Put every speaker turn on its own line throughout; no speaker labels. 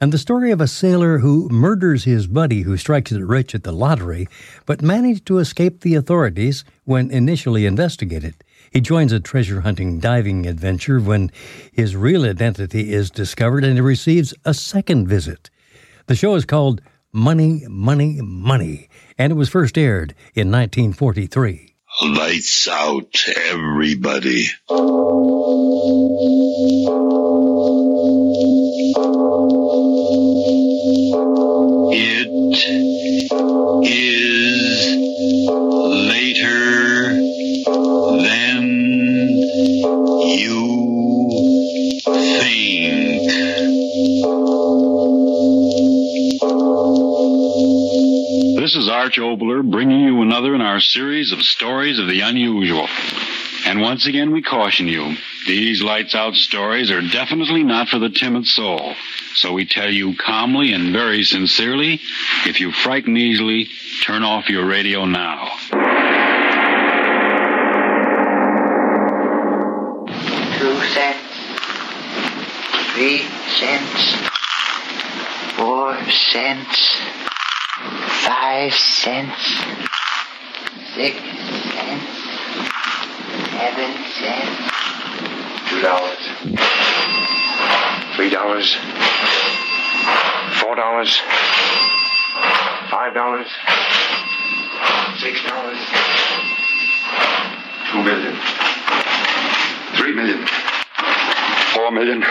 and the story of a sailor who murders his buddy who strikes it rich at the lottery, but managed to escape the authorities when initially investigated. He joins a treasure hunting diving adventure when his real identity is discovered and he receives a second visit. The show is called Money, Money, Money, and it was first aired in 1943.
Lights out, everybody. It is later than you think.
This is Arch Obler bringing you another in our series of stories of the unusual. And once again, we caution you these lights out stories are definitely not for the timid soul. So we tell you calmly and very sincerely if you frighten easily, turn off your radio now.
two cents, three cents, four cents, five cents, six cents, seven cents,
Two dollars. Three dollars. Four dollars. Five dollars. Six dollars. Two million. Three million. Four million.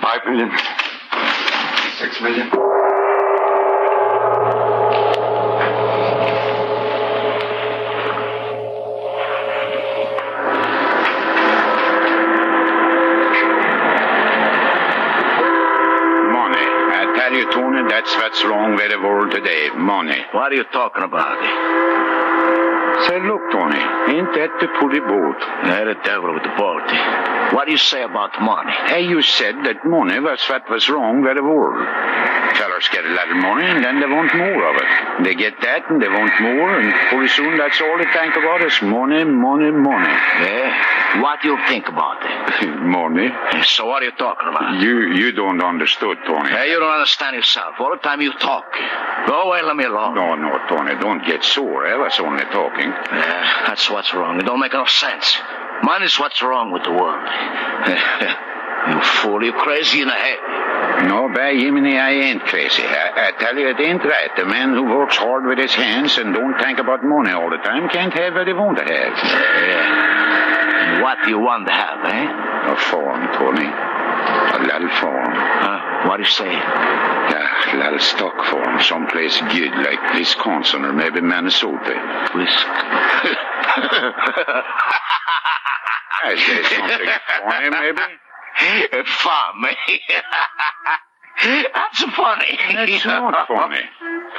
Five million. Six million.
Money. I tell you, Tony, that's what's wrong with the world today. Money. What are you talking about? Say, look, Tony, ain't that the pretty boat? Yeah, the devil with the boat. What do you say about money? Hey, you said that money was what was wrong with the world. Fellers get a lot of money and then they want more of it. They get that and they want more, and pretty soon that's all they think about is money, money, money.
Eh?
Yeah? What do you think about it? money. So what are you talking about? You you don't understand, Tony.
Hey, Eh, you don't understand yourself. All the time you talk. Go away, let me alone.
No, no, Tony, don't get sore. I was only talking.
Yeah, Eh, that's what's wrong. It don't make no sense. Mine is what's wrong with the world. Eh, you fool, you crazy in the head.
No, by Yemeni, I ain't crazy. I, I tell you, it ain't right. The man who works hard with his hands and don't think about money all the time can't have what he want to have.
Yeah. What do you want to have, eh?
A farm, Tony. A little farm.
Huh? What do you say?
A little stock farm someplace good, like Wisconsin or maybe Minnesota. Wisconsin. I say something funny, maybe?
Farm, eh? That's funny.
That's not funny.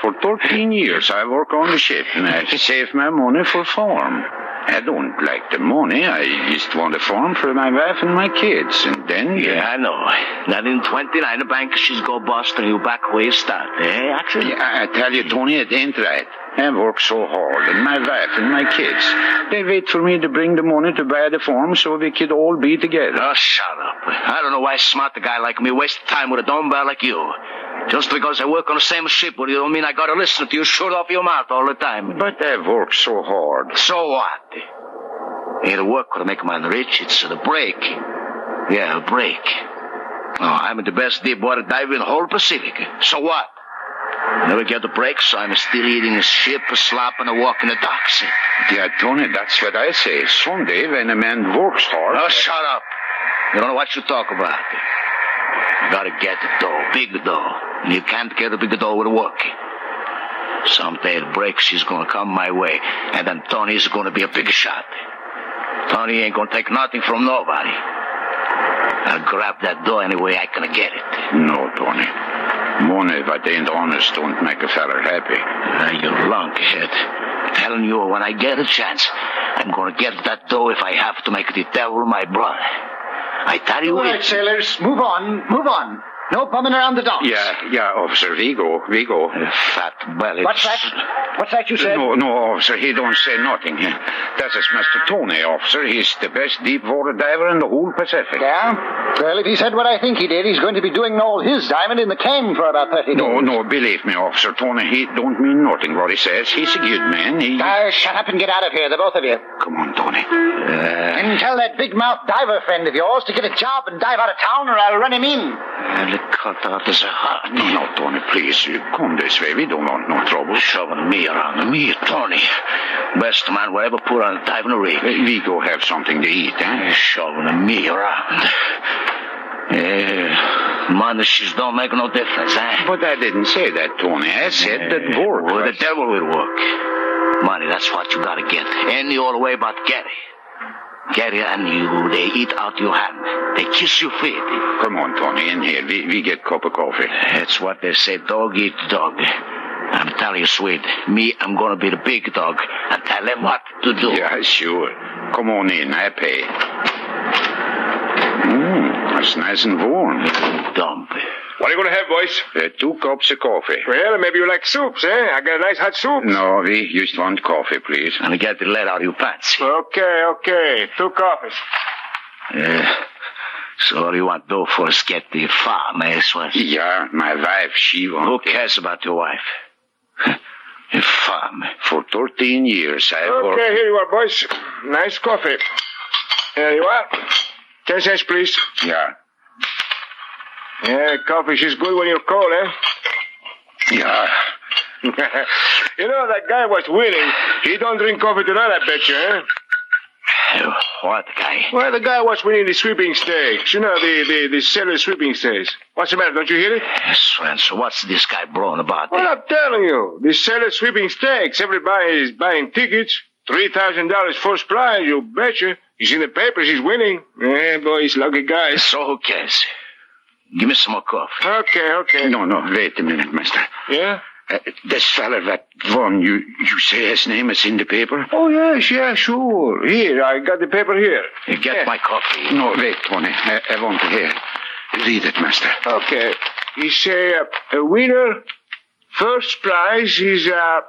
For 13 years I work on the ship and I save my money for farm. I don't like the money. I just want a farm for my wife and my kids. And then,
Yeah, I know. Not in 29, the bank, she's go bust and you back where you start, eh, Actually,
Yeah, I I tell you, Tony, it ain't right. I work so hard, and my wife and my kids. They wait for me to bring the money to buy the farm so we could all be together.
Oh, shut up. I don't know why smart the guy like me wastes time with a dumbbell like you. Just because I work on the same ship with you don't mean I gotta listen to you shoot off your mouth all the time.
But I work so hard.
So what? Ain't a work gonna make a man rich. It's a break. Yeah, a break. Oh, I'm the best deep water diver in the whole Pacific. So what? Never get a break, so I'm still eating a ship, a slop, and a walk in the docks.
Yeah, Tony, that's what I say. Someday, when a man works hard.
Oh, shut up. You don't know what you talk about. You gotta get the dough, big dough. And you can't get a big dough with work. Someday it breaks, he's gonna come my way. And then Tony's gonna be a big shot. Tony ain't gonna take nothing from nobody. I'll grab that dough any way I can get it.
No, Tony. Money that ain't honest don't make a feller happy.
Now, Ah, you lunkhead. Telling you, when I get a chance, I'm gonna get that dough if I have to make the devil my brother. I tell you,
All
it-
right, sailors, move on, move on. No bumming around the docks.
Yeah, yeah, officer, we go, we go.
Fat belly.
What's that? What's that you said?
No, no, officer, he don't say nothing. That is Mr. Tony, officer. He's the best deep water diver in the whole Pacific.
Yeah? Well, if he said what I think he did, he's going to be doing all his diamond in the can for about 30 days.
No, no, believe me, officer, Tony, he don't mean nothing what he says. He's a good man. He...
Now, Uh, shut up and get out of here, the both of you.
Come on, Tony. Uh,
And tell that big mouth diver friend of yours to get a job and dive out of town, or I'll run him in.
And the cut out is a heart. No, no, Tony, please, you come this way. We don't want no trouble.
Shoving me around, me, Tony. Best man we ever put on a diving rig.
We go have something to eat, eh?
Shoving me around. Yeah. Monitors don't make no difference, eh?
But I didn't say that, Tony. I said that work.
Well,
was-
the devil will work. Money, that's what you gotta get. Any old way but get it. Get it and you, they eat out your hand. They kiss your feet.
Come on, Tony, in here. We, we get cup of coffee.
That's what they say, dog eat dog. I'm telling you, sweet, me, I'm gonna be the big dog and tell them what to do.
Yeah, sure. Come on in. I pay. Mm, that's nice and warm.
Dump.
What are you going to have, boys?
Uh, two cups of coffee.
Well, maybe you like soups, eh? I got a nice hot soup.
No, we just want coffee, please.
And get the lead out of your pants.
Okay, okay. Two coffees.
Yeah. So all you want to do for is get the farm, eh, Swanson?
Yeah, my wife, she wants.
Who cares about your wife? a farm.
For 13 years, I've worked.
Okay, here you are, boys. Nice coffee. There you are. Ten cents, please.
Yeah.
Yeah, coffee is good when you're cold, eh?
Yeah.
you know, that guy was winning. He don't drink coffee tonight, I bet you, eh?
What guy?
Well, the guy was winning the sweeping stakes. You know, the, the, the sailor sweeping stakes. What's the matter? Don't you hear it?
Swanson, what's this guy blowing about?
Well, I'm telling you, the sailor sweeping stakes. Everybody is buying tickets. Three thousand dollars first prize. You betcha. He's in the papers. He's winning. Yeah, boy, he's lucky guy.
So who cares? Give me some more coffee.
Okay, okay.
No, no, wait a minute, mister.
Yeah.
Uh, this fella that won, you, you say his name is in the paper?
Oh yes, yeah, sure. Here, I got the paper here.
Get my coffee.
No, wait, Tony. I, I want to hear. Read it, master.
Okay. He say uh, a winner, first prize is uh,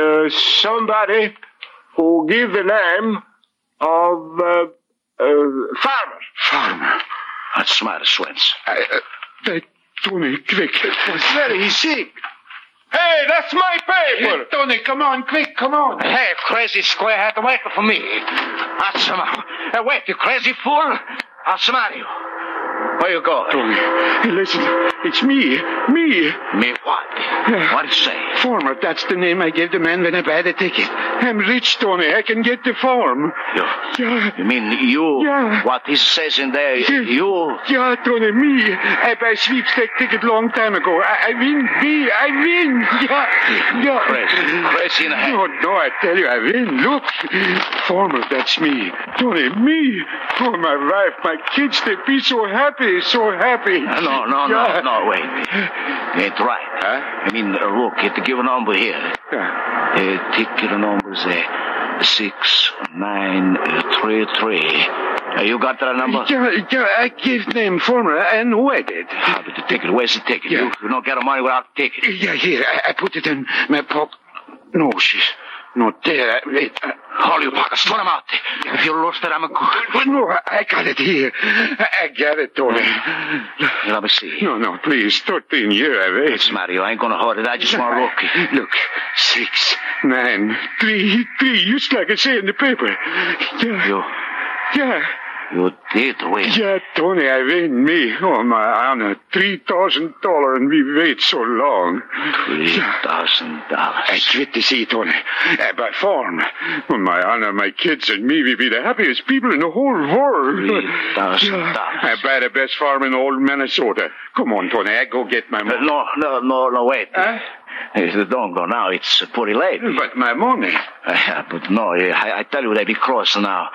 uh, somebody who give the name of uh, uh, farmer.
Farmer.
That's smart, Swanson.
I, uh, they, Tony, quick.
What's that? He's sick. Hey, that's my paper.
Tony, come on, quick, come on.
Hey, crazy square had to wait for me. What's the matter? Hey, wait, you crazy fool? What's the matter? Where you going?
Tony, hey, listen, it's me, me.
Me what? What you say?
Farmer, that's the name I gave the man when I bought the ticket. I'm rich, Tony. I can get the farm.
You,
Yeah,
you mean you?
Yeah.
What he says in there, you...
yeah, Tony, me. I buy sweepstake ticket long time ago. I, I win, me, I win. Yeah, yeah.
Crazy, crazy in the head.
No, no, I tell you, I win. Look, farmer, that's me. Tony, me. Oh, my wife, my kids, they be so happy, so happy.
No, no, no,
Yeah.
no, wait. You ain't right.
Huh?
I mean, uh, look, it give a number here.
Yeah.
Uh, ticket numbers uh, six, nine, uh, three, three. Uh, you got that number?
Yeah, yeah, I give name farmer and wait it.
Ah, but the ticket, where's the ticket?
Yeah.
You, you don't get the money without the ticket.
Yeah, here, I, I put it in my pocket. No, she's not there. eh, I- Wait. I,
All you pockets, throw them out. If you lost it, I'm a good.
Well, no, I- I got it here. I, I got it, Tony.
Let me see.
No, no, please, 13 year, I wait.
It's Mario. I ain't gonna hold it. I just want to look.
Look, six, nine, three, three, just like I say in the paper. Yeah,
You,
yeah.
You did win.
Yeah, Tony, I win me. Oh, my honor. $3,000 and we wait so long.
$3,000.
It's good to see you, Tony. Uh, by phone. Oh, my honor, my kids and me, we be the happiest people in the whole world.
$3,000.
I buy the best farm in all Minnesota. Come on, Tony, I go get my money.
No, no, no, no, wait.
Huh?
Eh, Don't go now. It's pretty late.
But my money.
Uh, but no, eh, I, I tell you, they be cross now.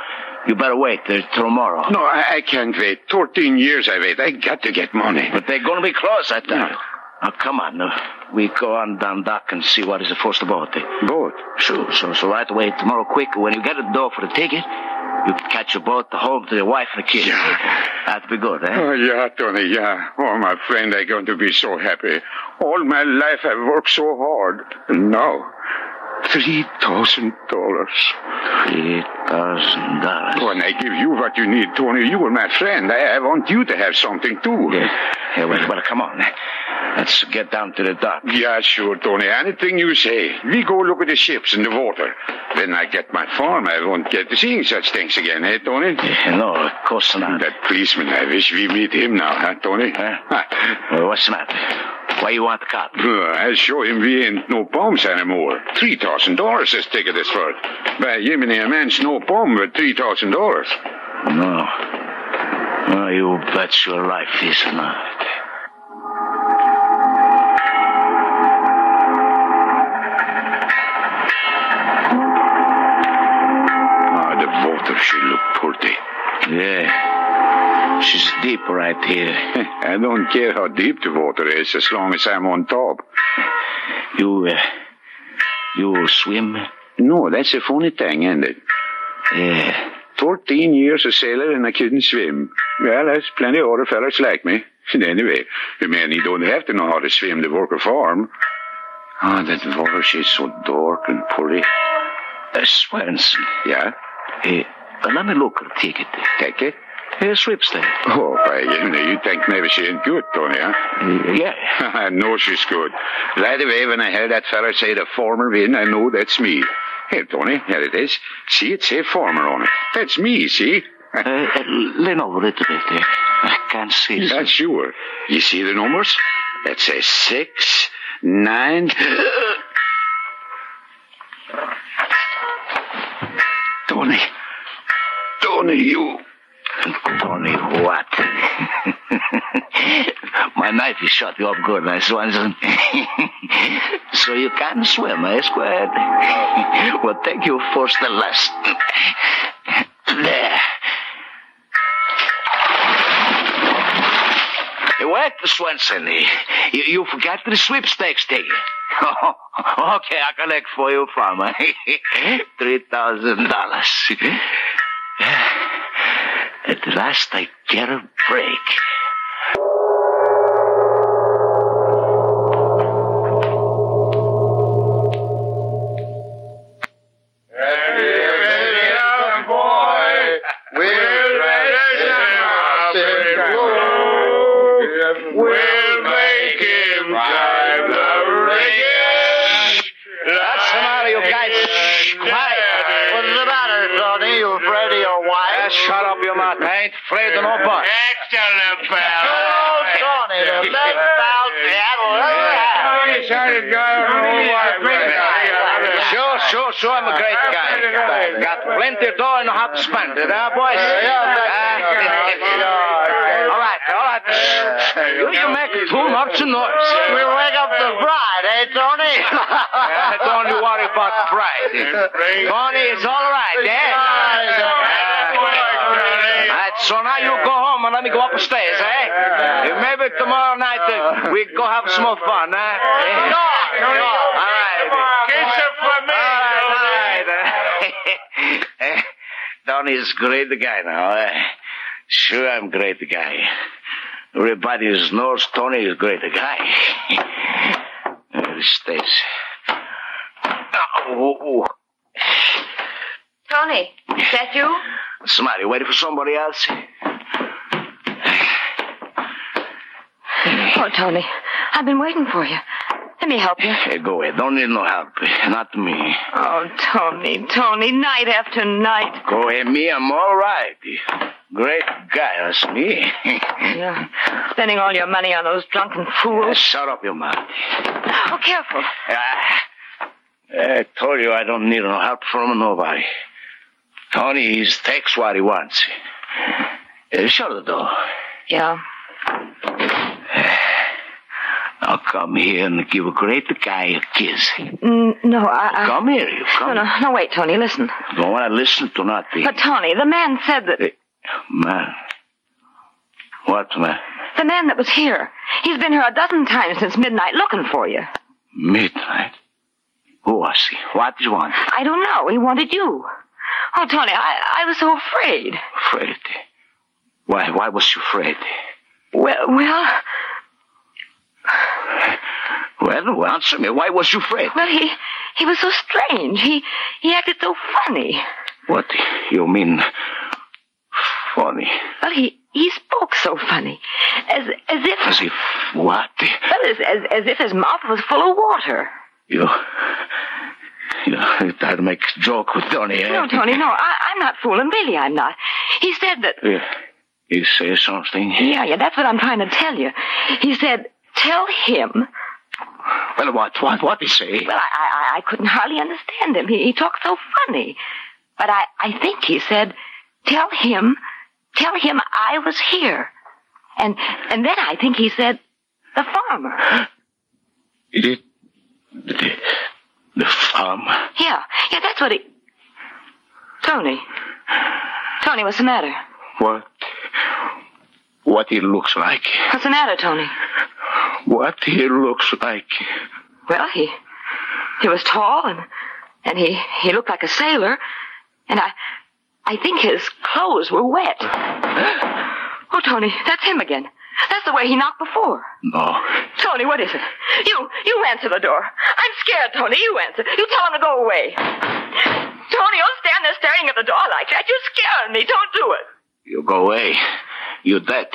You better wait till tomorrow.
No, I, I can't wait. Thirteen years I wait. I got to get money.
But they're going to be close, I tell you. Now, come on. uh, We go on down dock and see what is the first boat. eh?
Boat?
Sure. So, so right away tomorrow quick. When you get a door for the ticket, you catch a boat home to your wife and the kids. That'd be good, eh?
Oh, yeah, Tony, yeah. Oh, my friend, I'm going to be so happy. All my life I worked so hard. And now, $3,000.
$3,000.
When I give you what you need, Tony, you are my friend. I, I want you to have something, too.
Yeah. Yeah, well, well, come on. Let's get down to the dock.
Yeah, sure, Tony. Anything you say. We go look at the ships in the water. When I get my farm, I won't get to seeing such things again, eh, Tony?
No, of course not.
That policeman, I wish we meet him now, huh, Tony? Huh?
Well, what's the matter? Why you want the cop?
Uh, I show him we ain't no palms anymore. Three thousand dollars this ticket is for. By Yemeni, a man's no palm with three thousand dollars.
No. Well, you bet your life he's not.
Ah, the water, she look pretty.
Yeah. She's deep right here.
I don't care how deep the water is, as long as I'm on top.
You, uh, you swim?
No, that's a funny thing, isn't it?
Yeah.
Fourteen years a sailor and I couldn't swim. Well, there's plenty of other fellas like me. And anyway, a man, he don't have to know how to swim to work a farm. Ah, that water, she's so dark and pretty.
Uh, Swanson.
Yeah?
eh, let me look at the ticket. Eh,
Take it.
Here's Sweepstake.
Oh, by Yemeni, you think maybe she ain't good, Tony, huh?
Eh, Yeah.
I know she's good. Right away, when I heard that fella say the former win, I know that's me. Hey, Tony, here it is. See, it say former on it. That's me, see?
Uh, uh, lean over a little bit there. I can't see.
Yeah, sure. You see the numbers? That says six, nine. Tony. Tony, you.
Tony, what? My knife is shot you off good, my Swanson. so you can swim, eh, Squid? well, take you first and last. there. Hey, Wait, Swanson. You, you forgot the sweepstakes ticket. okay, I collect for you, farmer. Three thousand dollars. At last I get a break.
What's the matter, you guys? Shh, quiet. What's the matter, Tony? You afraid of your wife? shut up your mouth. I ain't afraid of nobody.
Excellent, pal.
Oh, Tony, the best pal Seattle ever had.
Sure, sure, sure, I'm a great guy. Got plenty of dough and how to spend it, huh, eh, boys? Ah, all right, all right. Shh. You, you make too much noise.
We'll wake up the bride, eh, Tony?
Uh, Don't you worry about pride. Tony, it's all right, eh? All right, so now you go home and let me go upstairs, eh? Uh, Maybe tomorrow night uh, we go have some more fun, eh?
No, no, no.
All right. All right, all right.
Tony's Eh, great guy now. eh? Sure, I'm great guy. Everybody knows Tony is great guy. There it stays. Oh, oh,
Tony, is that you?
oh. Somebody waiting for somebody else?
Oh, Tony, I've been waiting for you. Let me help you.
Hey, Eh, go away. Don't need no help. Not me.
Oh, Tony, Tony, night after night.
Go away, me. I'm all right. Great guy, that's me.
Yeah. Spending all your money on those drunken fools.
Shut up, your mouth.
Oh, careful.
Ah, I told you I don't need no help from nobody. Tony, he takes what he wants. Uh, Shut the door.
Yeah.
Now come here and give a great guy a kiss.
Mm, no, I, I.
Come here, you come.
No, no, no, wait, Tony, listen.
Don't want to listen to nothing.
But, Tony, the man said that.
Man. What man?
The man that was here. He's been here a dozen times since midnight looking for you.
Midnight. Who was he? What did you want?
I don't know. He wanted you. Oh, Tony, I, I was so afraid.
Afraid. Why, why was you afraid?
Well, well,
Well, answer me. Why was you afraid?
well, he he was so strange. He he acted so funny.
What you mean? Funny.
Well, he he spoke so funny, as as if
As if what?
well, as, as as if his mouth was full of water.
You. You try to make joke with Tony, eh?
No, Tony, no, I, I'm not fooling. Really, I'm not. He said that.
You, you say something?
Yeah, yeah, that's what I'm trying to tell you. He said, "Tell him
Well, what, what, what he say?
Well, I, I, I couldn't hardly understand him. He, he talked so funny. But I, I think he said, tell him, tell him I was here. And, and then I think he said, the farmer.
It, the, the farm.
Yeah, yeah, that's what he. Tony. Tony, what's the matter?
What? What he looks like.
What's the matter, Tony?
What he looks like.
Well, he, he was tall and, and he, he looked like a sailor. And I, I think his clothes were wet. Oh, Tony, that's him again. That's the way he knocked before.
No.
Tony, what is it? You, you answer the door. I'm scared, Tony. You answer. You tell him to go away. Tony, don't stand there staring at the door like that. You're scaring me. Don't do it.
You go away. You dead.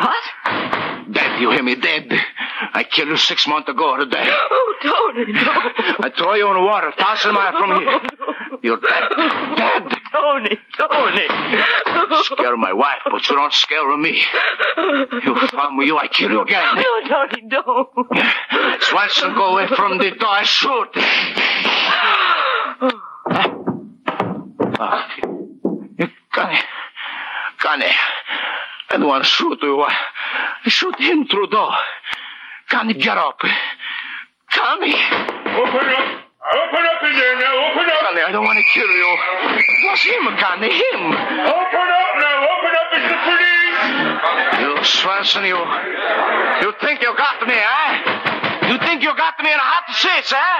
What?
Dead, you hear me? Dead. I killed you six months ago to death.
Oh, Tony, no.
I throw you in the water, thousand miles from here. You're dead. Dead.
Tony, Tony.
Scare my wife, but you don't scare me. You farm with you, I kill you again.
No, Tony, don't.
Swanson, go away from the door. I shoot. Ah, Connie. Connie. I don't want to shoot you. I I shoot him through the door. Connie, get up. Connie. Open up. Open up in there now. Open up. Connie, I don't want to kill you. It was him, Connie. Him. Open up now. Open up. It's the police. You, Swanson, you. You think you got me, eh? You think you got me in a hot seat, eh?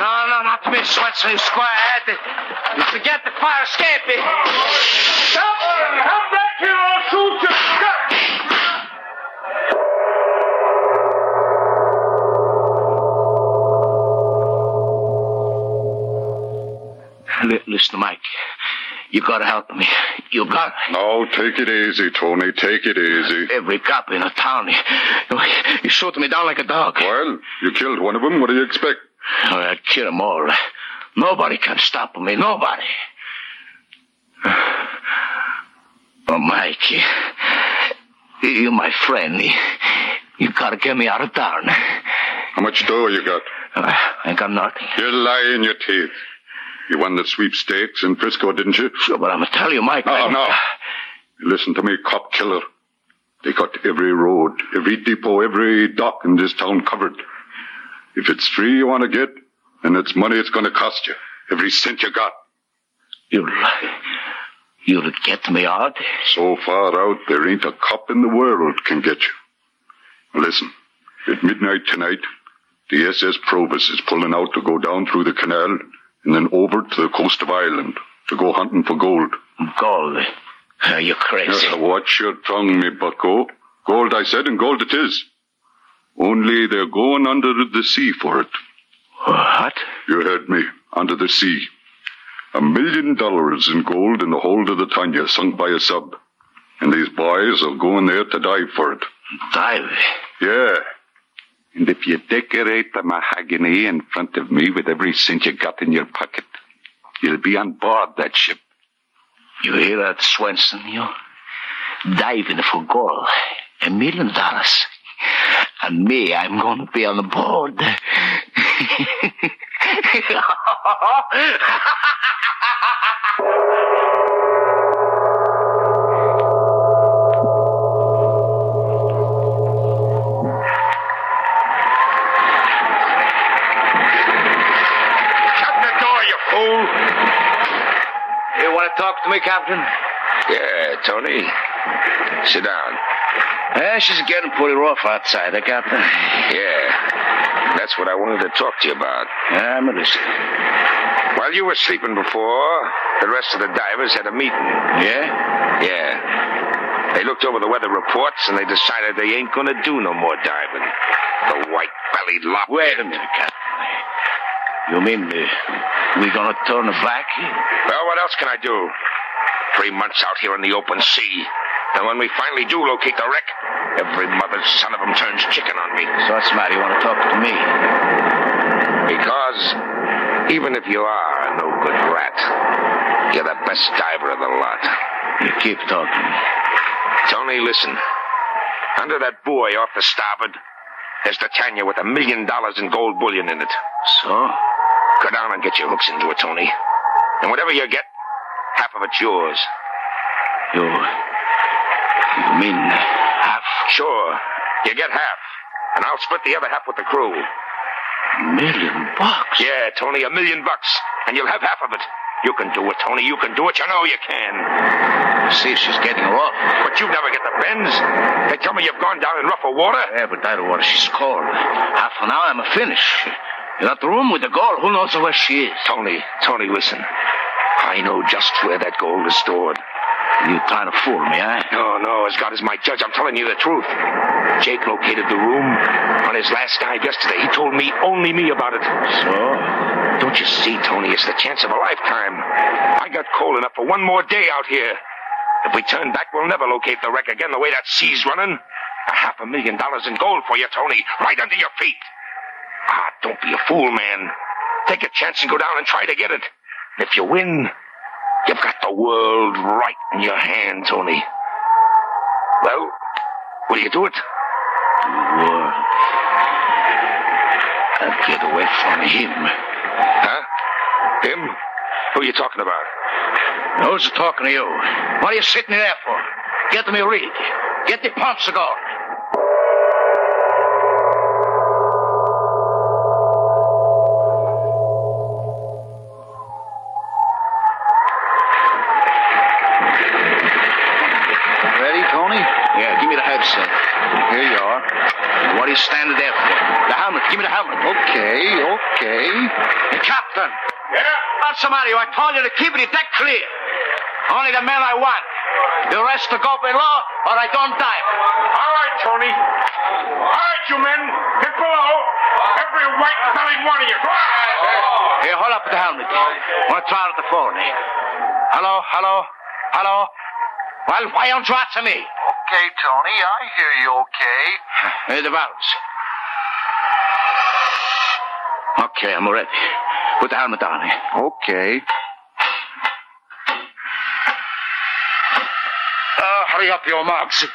No, no, not me, Swanson, you squarehead. You forget the fire escape. Stop! Come back here, I'll shoot you! Li- Listen, Mike. You gotta help me. You gotta.
Now, take it easy, Tony. Take it easy.
Every cop in the town, you, you shoot me down like a dog.
Well, you killed one of them. What do you expect?
I kill them all. Nobody can stop me. Nobody. Oh, Mike, you're my friend. You gotta get me out of town.
How much dough you got?
Uh, I got nothing.
You lie in your teeth. You won the sweepstakes in Frisco, didn't you?
Sure, but I'm gonna tell you, Mike.
No,
I-
no. Listen to me, cop killer. They got every road, every depot, every dock in this town covered. If it's free you want to get, and it's money it's going to cost you. Every cent you got.
You'll, you'll get me out?
So far out, there ain't a cop in the world can get you. Now Listen, at midnight tonight, the SS Probus is pulling out to go down through the canal and then over to the coast of Ireland to go hunting for gold.
Gold? Are you crazy?
watch your tongue, me bucko. Gold, I said, and gold it is. Only they're going under the sea for it.
What?
You heard me. Under the sea. A million dollars in gold in the hold of the Tanya, sunk by a sub. And these boys are going there to dive for it.
Dive?
Yeah.
And if you decorate the mahogany in front of me with every cent you got in your pocket, you'll be on board that ship.
You hear that, Swenson? You diving for gold. A million dollars. And me, I'm going to be on the board.
Shut the door, you fool!
You want to talk to me, Captain?
Yeah, Tony. Sit down.
Eh, she's getting pretty rough outside, eh, Captain?
Yeah. That's what I wanted to talk to you about.
I'm listening.
While you were sleeping before, the rest of the divers had a meeting. Yeah? Yeah. They looked over the weather reports and they decided they ain't gonna do no more diving. The white bellied lobster. Wait a minute, Captain.
You mean uh, we gonna turn back?
Well, what else can I do? Three months out here in the open sea. And when we finally do locate the wreck, every mother's son of 'em turns chicken on me.
So what's the matter? You wanna talk to me?
Because even if you are no good rat, you're the best diver of the lot.
You keep talking.
Tony, listen. Under that buoy off the starboard, there's the Tanya with a million dollars in gold bullion in it.
So?
Go down and get your hooks into it, Tony. And whatever you get, half of it's yours.
You. You mean half?
Sure. You get half. And I'll split the other half with the crew.
Million bucks?
Yeah, Tony, a million bucks. And you'll have half of it. You can do it, Tony. You can do it. You know you can.
See, she's getting rough.
But you never get the bends. They tell me you've gone down in rougher water.
Yeah, but that water she's cold. Half an hour, I'm a finish. In that room with the girl, who knows where she is?
Tony, Tony, listen. I know just where that gold is stored.
You trying to fool me, eh?
No, no, as God is my judge, I'm telling you the truth. Jake located the room on his last dive yesterday. He told me, only me about it. So? Don't you see, Tony, it's the chance of a lifetime. I got cold enough for one more day out here. If we turn back, we'll never locate the wreck again the way that sea's running. A half a million dollars in gold for you, Tony, right under your feet. Ah, don't be a fool, man. Take a chance and go down and try to get it. If you win, you've got the world right in your hand, Tony. Well, will you do it?
Word. I'll get away from him.
Huh? Him? Who are you talking about?
Who's talking to you? What are you sitting there for? Get me a rig. Get the pumps going. Ready, Tony? Yeah, give me the headset. Here you are. What are you standing there for? The helmet. Give me the helmet. Okay, okay. Captain!
Yeah? What's the matter? I told you to keep the deck clear. Only the men I want. The rest to go below, or I don't dive.
All right, Tony. All right, you men. Get below. Every white bellied one of you. Go on.
Here, hold up the helmet. Want to try out the phone? eh? Hello, hello, hello. Well, why don't you answer me?
Okay, Tony, I hear you okay.
Hey, the valves. Okay, I'm ready. Put the helmet on. eh? Okay.
Uh, hurry up, your marks.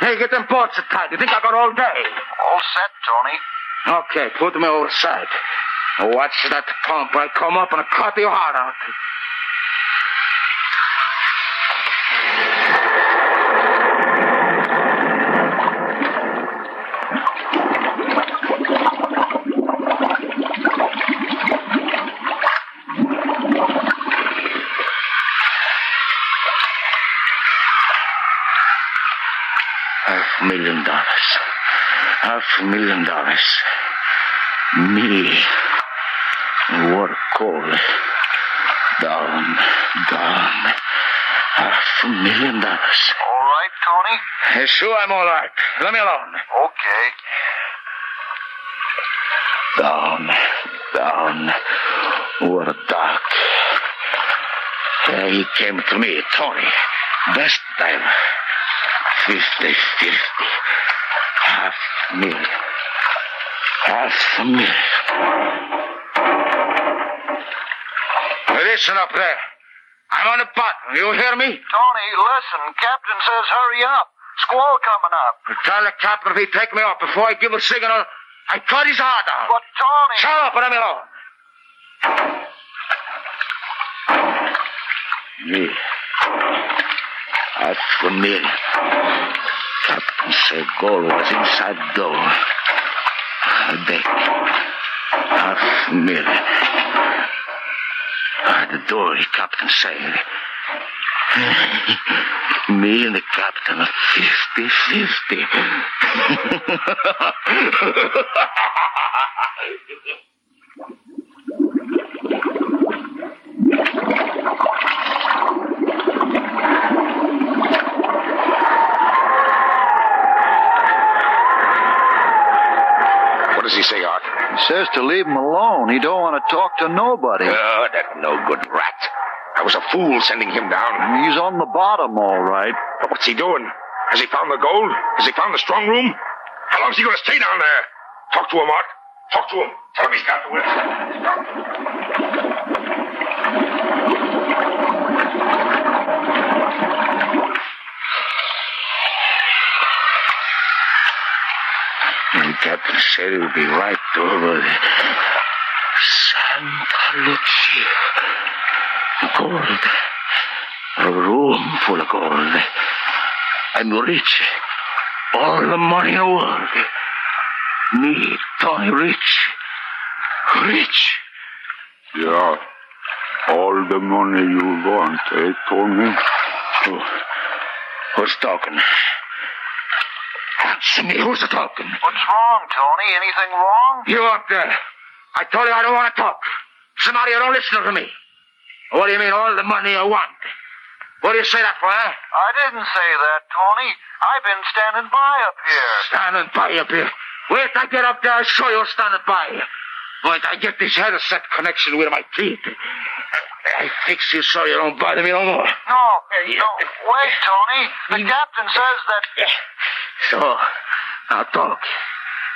Hey, get them ports tight. You think I got all day?
All set, Tony.
Okay, put me overside. Watch that pump. I'll come up and cut your heart out.
Half a million dollars. Half a million dollars. Me. What a call. Down, down. Half a million dollars.
All right, Tony?
Eh, Sure, I'm all right. Let me alone.
Okay.
Down, down. What a dark. There he came to me, Tony. Best diver. Fifty, fifty. Half a million. Half a million.
Listen up there. I'm on the button. You hear me?
Tony, listen. Captain says hurry up. Squall coming up.
Tell the captain if he take me off before I give a signal, I cut his heart out. But
Tony.
Shut up and let me alone.
Me. That's for me. Captain said goal was inside goal. A deck. Half mil. By the door, the captain said. Me and the captain are 50 50.
What does he say, Art?
Says to leave him alone. He don't want to talk to nobody.
Oh, that no good rat. I was a fool sending him down.
He's on the bottom, all right.
But what's he doing? Has he found the gold? Has he found the strong room? How long's he going to stay down there? Talk to him, Art. Talk to him. Tell him he's got the will.
And the captain said it would be right over the Santa Lucia. Gold. A room full of gold. I'm rich. All the money in the world. Me, Tony, rich. Rich.
Yeah. All the money you want, eh, Tony?
Who, who's talking? Answer me. Who's talking?
What's wrong, Tony? Anything wrong?
You up there. I told you I don't want to talk. Somebody, you don't listen to me. What do you mean, all the money I want? What do you say that for, eh? huh?
I didn't say that, Tony. I've been standing by up here.
Standing by up here. Wait till I get up there, I'll show you standing by. Wait, till I get this headset connection with my teeth. I, I fix you so you don't bother me no
No,
more.
no. Wait, Tony. The captain says that.
So, now talk.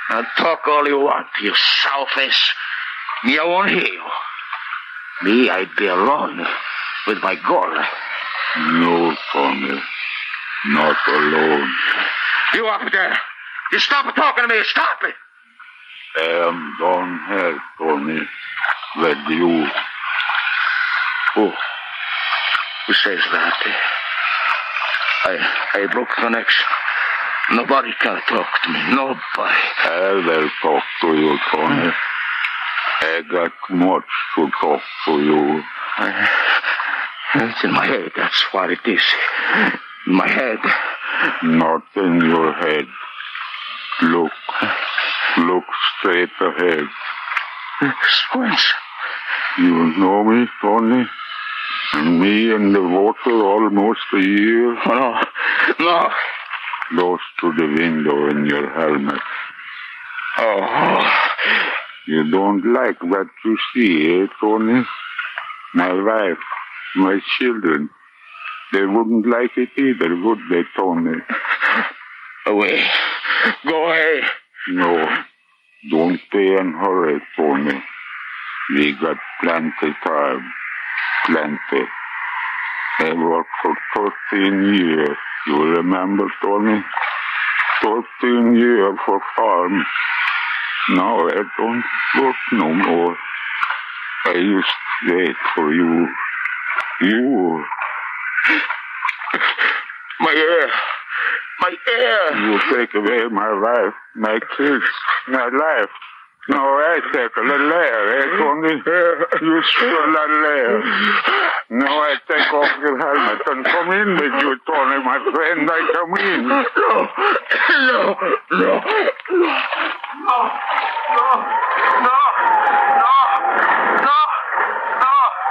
Now talk all you want, you sow-face. Me, I won't hear you. Me, I'd be alone with my gold.
No, Tony. Not alone.
You up there. You stop talking to me. Stop it.
I am down here, Tony. With you.
Who? Who says that? I, I broke connection. Nobody can talk to me. Nobody.
I will talk to you, Tony. I got much to talk to you.
I, it's in my head. That's what it is. In my head.
Not in your head. Look. Look straight ahead.
Squints.
You know me, Tony? And me in the water almost a year?
No. No.
Close to the window in your helmet.
Oh.
You don't like what you see, eh, Tony? My wife, my children. They wouldn't like it either, would they, Tony?
Away. Go away.
No. Don't stay and hurry, Tony. We got plenty time. Plenty. I worked for 13 years. You remember, Tony? 13 years for farm. Now I don't work no more. I used to wait for you. You.
My ear. My ear.
You take away my life, my kids, my life. Now I take a little air, eh, Tony? You spill a little air. Now I take off your helmet and come in with you, Tony, my friend. I come in.
No. No. No.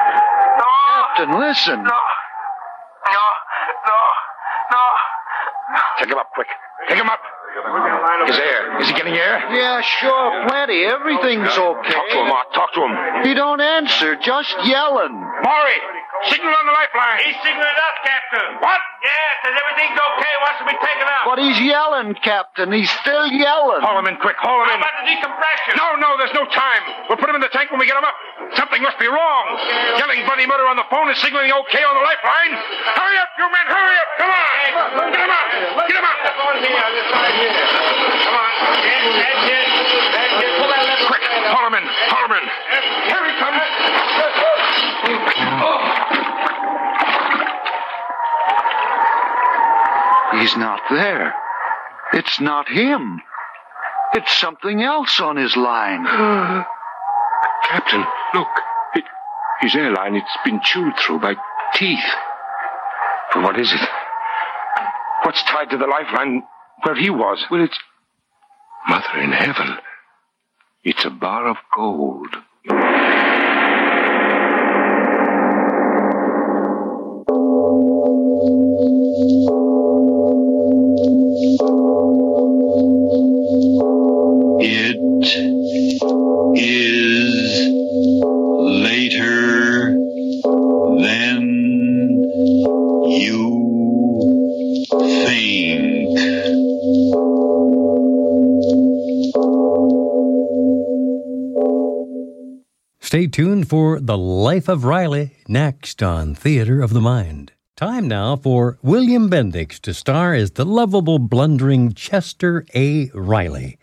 Captain, listen.
No. No. No. No.
Take him up quick. Take him up. His air. Is he getting air?
Yeah, sure, plenty. Everything's okay.
Talk to him, Art. Talk to him.
He don't answer, just yelling.
Maury! Signal on the lifeline. He's signaling up, Captain. What? Yes, says everything's okay. Wants to be taken out.
But he's yelling, Captain. He's still yelling.
Haul him in quick. Haul him in. about the decompression? No, no, there's no time. We'll put him in the tank when we get him up. Something must be wrong. Yelling Buddy Murder on the phone and signaling okay on the lifeline. Hurry up, you men. Hurry up. Come on. Get him up. Get him up. Come on. Quick. Haul him in. Haul him in. Here he comes.
He's not there. It's not him. It's something else on his line.
Captain, look. It, his airline, it's been chewed through by teeth.
But what is it? What's tied to the lifeline where he was? Well, it's.
Mother in heaven. It's a bar of gold.
is later than you think.
Stay tuned for The Life of Riley next on Theater of the Mind. Time now for William Bendix to star as the lovable, blundering Chester A. Riley.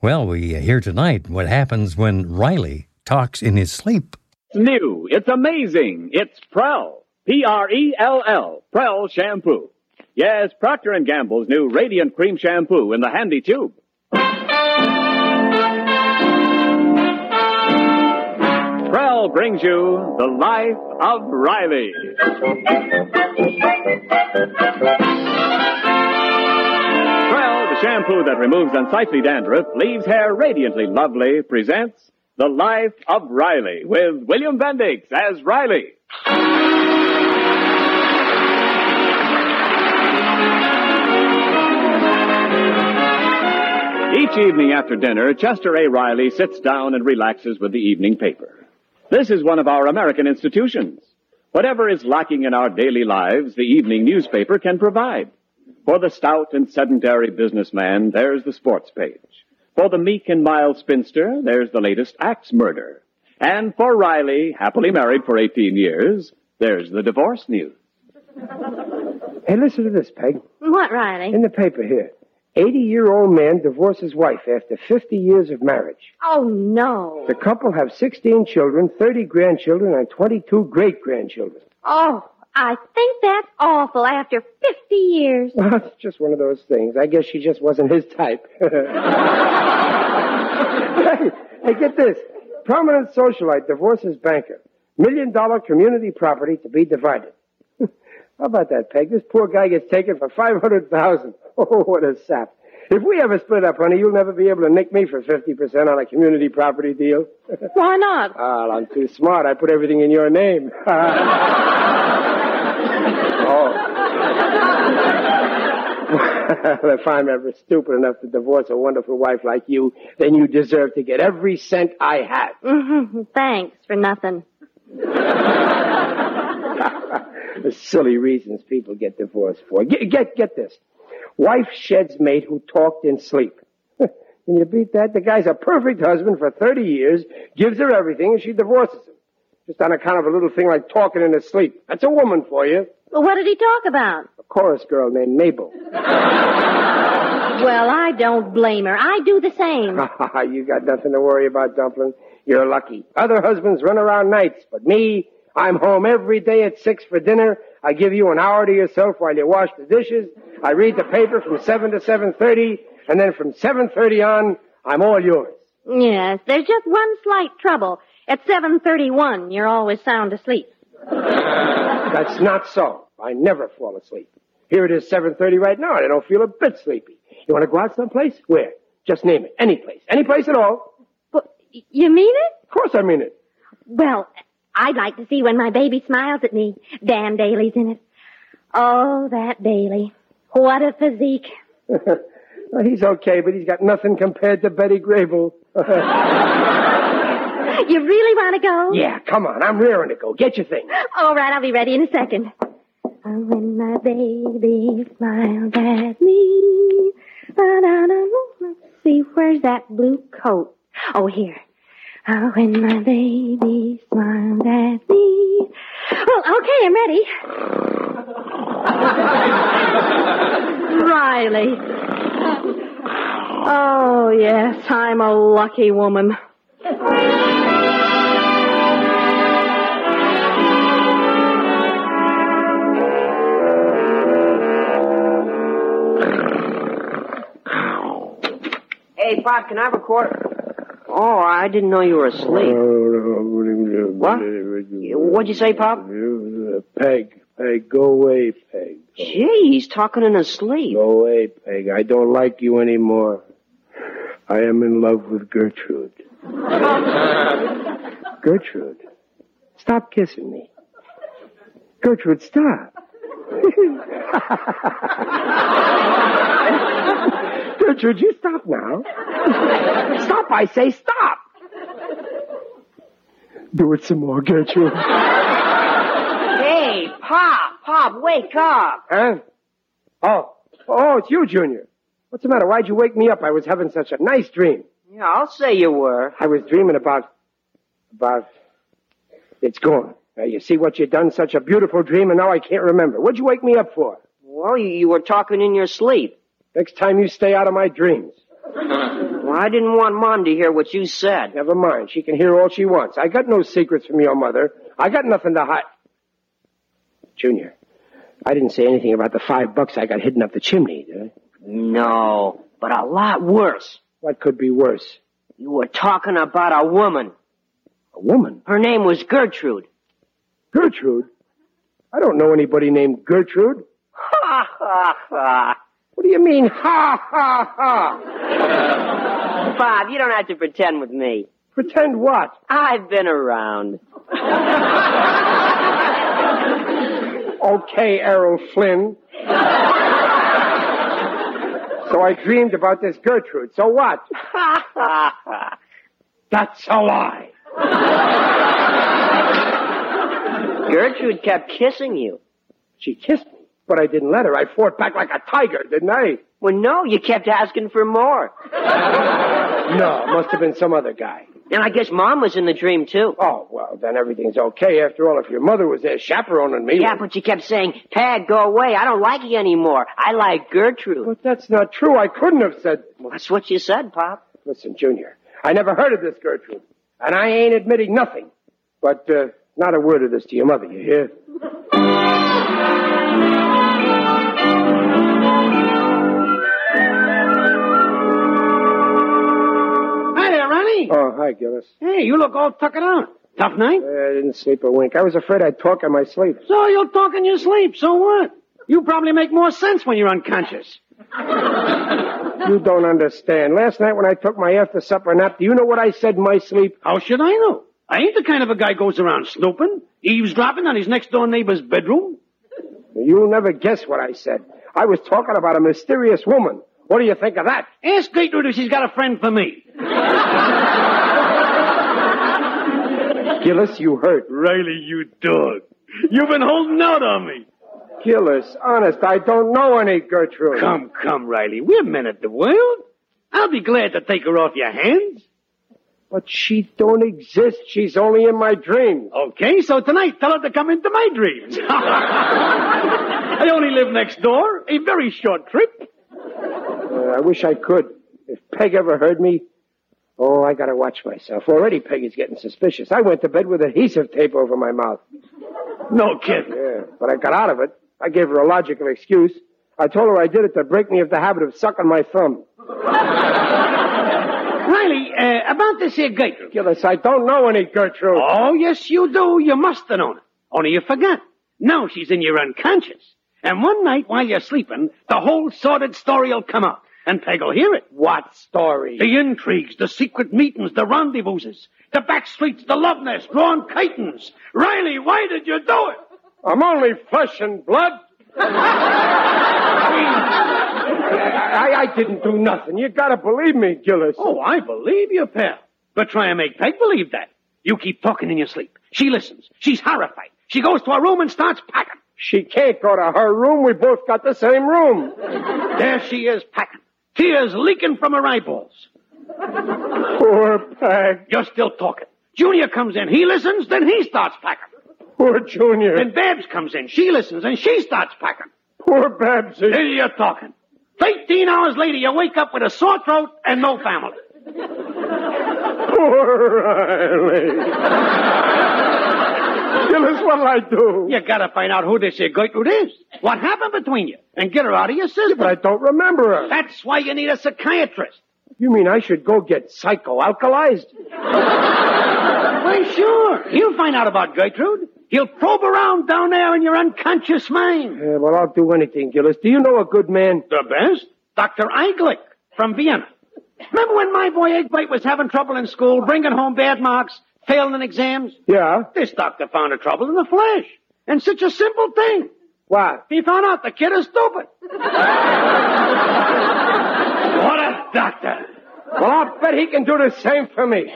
Well, we hear tonight what happens when Riley talks in his sleep.
It's new. It's amazing. It's Prell. E P-R-E-L-L. Prell shampoo. Yes, Procter & Gamble's new Radiant Cream Shampoo in the handy tube. Prell brings you The Life of Riley. Prell, the shampoo that removes unsightly dandruff, leaves hair radiantly lovely, presents The Life of Riley with William Bendix as Riley. Each evening after dinner, Chester A. Riley sits down and relaxes with the evening paper. This is one of our American institutions. Whatever is lacking in our daily lives, the evening newspaper can provide. For the stout and sedentary businessman, there's the sports page. For the meek and mild spinster, there's the latest axe murder. And for Riley, happily married for 18 years, there's the divorce news.
Hey, listen to this, Peg.
What, Riley?
In the paper here. 80 year old man divorces wife after 50 years of marriage.
Oh, no.
The couple have 16 children, 30 grandchildren, and 22 great grandchildren.
Oh, I think that's awful after 50 years.
Well, it's just one of those things. I guess she just wasn't his type. Uh-huh. hey, hey, get this. Prominent socialite divorces banker. Million dollar community property to be divided. How about that, Peg? This poor guy gets taken for 500000 Oh, what a sap. If we ever split up, honey, you'll never be able to nick me for 50% on a community property deal.
Why not?
Ah, I'm too smart. I put everything in your name. Well, if I'm ever stupid enough to divorce a wonderful wife like you, then you deserve to get every cent I have.
hmm Thanks for nothing.
The silly reasons people get divorced for. Get, get, get this. Wife sheds mate who talked in sleep. Can you beat that? The guy's a perfect husband for 30 years, gives her everything, and she divorces him. Just on account of a little thing like talking in his sleep. That's a woman for you.
Well, what did he talk about?
A chorus girl named Mabel.
Well, I don't blame her. I do the same.
you got nothing to worry about, Dumpling. You're lucky. Other husbands run around nights, but me, I'm home every day at six for dinner. I give you an hour to yourself while you wash the dishes. I read the paper from seven to seven thirty, and then from seven thirty on, I'm all yours.
Yes, there's just one slight trouble. At 7.31, you're always sound asleep.
That's not so. I never fall asleep. Here it is, seven thirty right now, and I don't feel a bit sleepy. You want to go out someplace? Where? Just name it. Any place. Any place at all.
Y- You mean it?
Of course, I mean it.
Well, I'd like to see when my baby smiles at me. Dan Daly's in it. Oh, that Daly. What a physique.
Well, he's okay, but he's got nothing compared to Betty Grable.
You really want to go?
Yeah, come on. I'm rearing to go. Get your thing.
All right, I'll be ready in a second. Oh, when my baby smiles at me, ba-da-da, let's see, where's that blue coat? Oh, here. Oh, when my baby smiles at me. Well, okay, I'm ready. Riley. Oh, yes, I'm a lucky woman.
Hey, Bob, can I record? Oh, I didn't know you were
Oh,
asleep.
What?
What'd you say, Pop?
Peg, Peg, go away, Peg.
Gee, he's talking in his sleep.
Go away, Peg. I don't like you anymore. I am in love with Gertrude. Gertrude, stop kissing me. Gertrude, stop. Gertrude, you stop now. Stop, I say stop. Do it some more, Gertrude.
Hey, Pop, Pop, wake up.
Huh? Oh, oh, it's you, Junior. What's the matter? Why'd you wake me up? I was having such a nice dream.
Yeah, I'll say you were.
I was dreaming about, about, it's gone. Now, you see what you done? Such a beautiful dream, and now I can't remember. What'd you wake me up for?
Well, you, you were talking in your sleep.
Next time you stay out of my dreams.
Well, I didn't want Mom to hear what you said.
Never mind. She can hear all she wants. I got no secrets from your mother. I got nothing to hide. Junior, I didn't say anything about the five bucks I got hidden up the chimney, did I?
No, but a lot worse.
What could be worse?
You were talking about a woman.
A woman?
Her name was Gertrude.
Gertrude? I don't know anybody named Gertrude.
Ha ha ha.
What do you mean, ha ha ha?
Bob, you don't have to pretend with me.
Pretend what?
I've been around.
Okay, Errol Flynn. so I dreamed about this Gertrude. So what?
Ha ha ha.
That's a lie.
Gertrude kept kissing you.
She kissed me, but I didn't let her. I fought back like a tiger, didn't I?
Well, no, you kept asking for more.
No, it must have been some other guy.
And I guess Mom was in the dream, too.
Oh, well, then everything's okay. After all, if your mother was there chaperoning me.
Yeah, but she kept saying, Pad, go away. I don't like you anymore. I like Gertrude.
But that's not true. I couldn't have said.
Well, that's what you said, Pop.
Listen, Junior, I never heard of this Gertrude, and I ain't admitting nothing. But uh, not a word of this to your mother, you hear?
Hi there, Ronnie.
Oh, hi, Gillis. Uh,
Hey, you look all tuckered out. Tough night?
I didn't sleep a wink. I was afraid I'd talk in my sleep.
So you'll talk in your sleep. So what? You probably make more sense when you're unconscious.
You don't understand. Last night when I took my after supper nap, do you know what I said in my sleep?
How should I know? I ain't the kind of a guy goes around snooping, eavesdropping on his next door neighbor's bedroom.
You'll never guess what I said. I was talking about a mysterious woman. What do you think of that?
Ask Gertrude if she's got a friend for me.
Gillis, you hurt.
Riley, you dog. You've been holding out on me.
Gillis, honest, I don't know any Gertrude.
Come, come, Riley. We're men of the world. I'll be glad to take her off your hands.
But she don't exist. She's only in my dreams.
Okay, so tonight tell her to come into my dreams. I e- only live next door. A very short trip.
Uh, I wish I could. If Peg ever heard me, oh, I gotta watch myself. Already Peggy's getting suspicious. I went to bed with adhesive tape over my mouth.
No kidding.
Yeah, but I got out of it. I gave her a logical excuse. I told her I did it to break me of the habit of sucking my thumb.
Riley, uh, about this here Gertrude.
Gillis, I don't know any Gertrude.
Oh, yes, you do. You must have known her. Only you forgot. Now she's in your unconscious. And one night while you're sleeping, the whole sordid story will come out. And Peg will hear it.
What story?
The intrigues, the secret meetings, the rendezvouses, the back streets, the love nest, Ron Catons. Riley, why did you do it?
I'm only flesh and blood. I, I, I didn't do nothing. You gotta believe me, Gillis.
Oh, I believe you, pal. But try and make Peg believe that. You keep talking in your sleep. She listens. She's horrified. She goes to her room and starts packing.
She can't go to her room. We both got the same room.
There she is packing. Tears leaking from her eyeballs.
Poor Pack.
You're still talking. Junior comes in. He listens, then he starts packing.
Poor Junior.
Then Babs comes in. She listens, and she starts packing.
Poor Babsy.
There you're talking. Fifteen hours later, you wake up with a sore throat and no family.
Poor Riley. Gillis, what'll I do?
You gotta find out who this here Gertrude is. What happened between you? And get her out of your system.
But I don't remember her.
That's why you need a psychiatrist.
You mean I should go get psychoalkalized?
Why, sure. He'll find out about Gertrude. He'll probe around down there in your unconscious mind.
Yeah, well, I'll do anything, Gillis. Do you know a good man?
The best? Dr. Eiglick from Vienna. Remember when my boy Eggbite was having trouble in school, bringing home bad marks, failing in exams?
Yeah.
This doctor found the trouble in the flesh. And such a simple thing.
What?
He found out the kid is stupid. what a doctor.
Well, I'll bet he can do the same for me.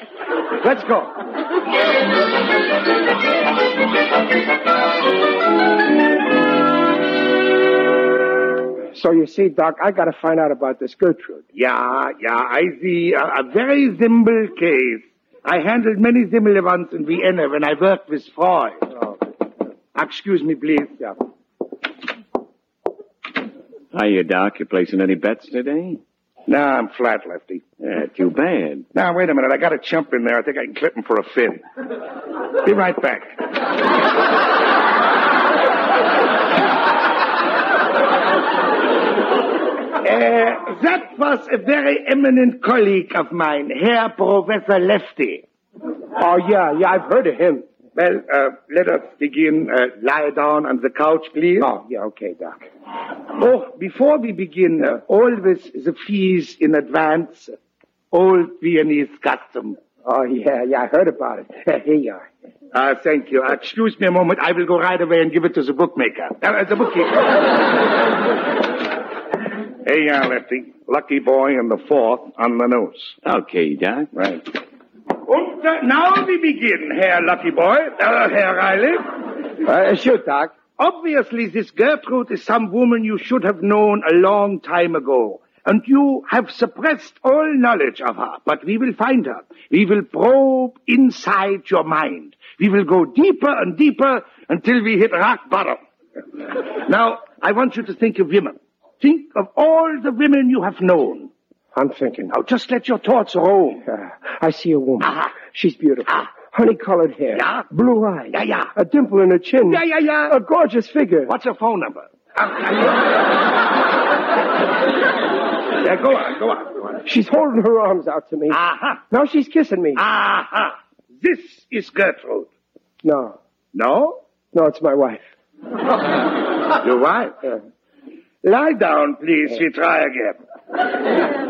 Let's go. So you see, Doc, I gotta find out about this Gertrude.
Yeah, yeah, I see a, a very simple case. I handled many similar ones in Vienna when I worked with Freud. Oh. Excuse me, please. Yeah.
Hiya, Doc. You placing any bets today?
No, I'm flat, Lefty. Uh,
Yeah, too bad.
Now, wait a minute. I got a chump in there. I think I can clip him for a fib. Be right back. Uh, that was a very eminent colleague of mine, Herr Professor Lefty.
Oh, yeah, yeah, I've heard of him.
Well, uh, let us begin. Uh, lie down on the couch, please.
Oh, yeah, okay, Doc.
Oh, before we begin, uh, always the fees in advance. Old Viennese custom.
Oh, yeah, yeah, I heard about it. Here you are.
Uh, thank you. Uh, excuse me a moment. I will go right away and give it to the bookmaker. Uh, the bookkeeper. hey, yeah, Lefty. Lucky boy in the fourth on the nose.
Okay, Doc.
Right. Und uh, now we begin, Herr Lucky Boy, uh, Herr Riley.
Uh, shoot, Doc.
Obviously, this Gertrude is some woman you should have known a long time ago. And you have suppressed all knowledge of her. But we will find her. We will probe inside your mind. We will go deeper and deeper until we hit rock bottom. now, I want you to think of women. Think of all the women you have known.
I'm thinking.
Now, just let your thoughts roam.
Uh, I see a woman. She's beautiful. Honey-colored hair.
Yeah.
Blue eyes.
Yeah, yeah.
A dimple in her chin.
Yeah, yeah, yeah.
A gorgeous figure.
What's her phone number? yeah, go on, go on, go on.
She's holding her arms out to me.
Aha.
Now she's kissing me.
Aha. This is Gertrude.
No.
No?
No, it's my wife.
Your wife?
Yeah.
Lie down, please. We try again.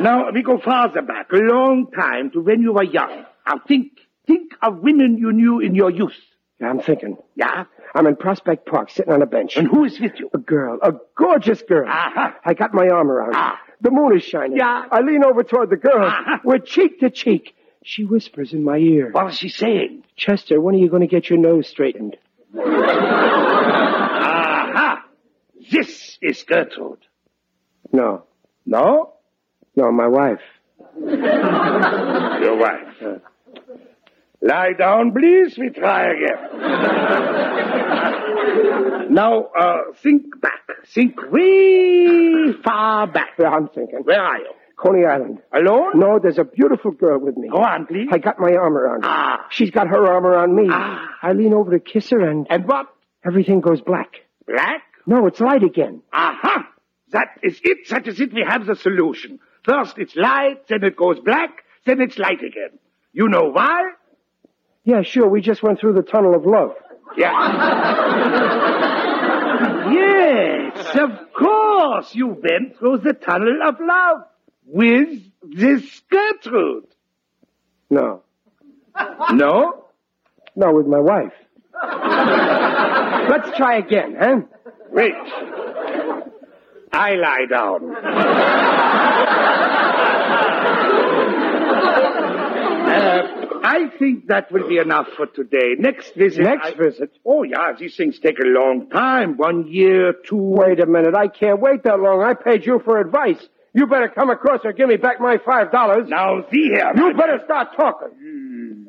Now, we go farther back, a long time to when you were young. Now, think, think of women you knew in your youth.
Yeah, I'm thinking.
Yeah?
I'm in Prospect Park, sitting on a bench.
And who is with you?
A girl, a gorgeous girl.
Uh-huh.
I got my arm around her.
Ah.
The moon is shining.
Yeah.
I lean over toward the girl.
Uh-huh.
We're cheek to cheek. She whispers in my ear.
What is she saying?
Chester, when are you going to get your nose straightened?
Aha! This is Gertrude.
No.
No?
No, my wife.
Your wife. Uh, Lie down, please. We try again. now, uh, think back. Think way far back.
Yeah, I'm thinking.
Where are you?
Coney Island.
Alone?
No, there's a beautiful girl with me.
Go on, please.
I got my arm around her.
Ah.
She's got her arm around me.
Ah.
I lean over to kiss her and
And what?
everything goes black.
Black?
No, it's light again.
Aha! That is it. That is it. We have the solution. First it's light, then it goes black, then it's light again. You know why?
Yeah, sure, we just went through the tunnel of love.
Yeah. yes, of course. You went through the tunnel of love with this Gertrude.
No.
No?
No, with my wife. Let's try again, huh?
Wait. I lie down. Uh, I think that will be enough for today. Next visit.
Next
visit? Oh, yeah, these things take a long time. One year, two.
Wait a minute. I can't wait that long. I paid you for advice. You better come across or give me back my five dollars.
Now, see here,
You
my-
better start talking.
Hmm.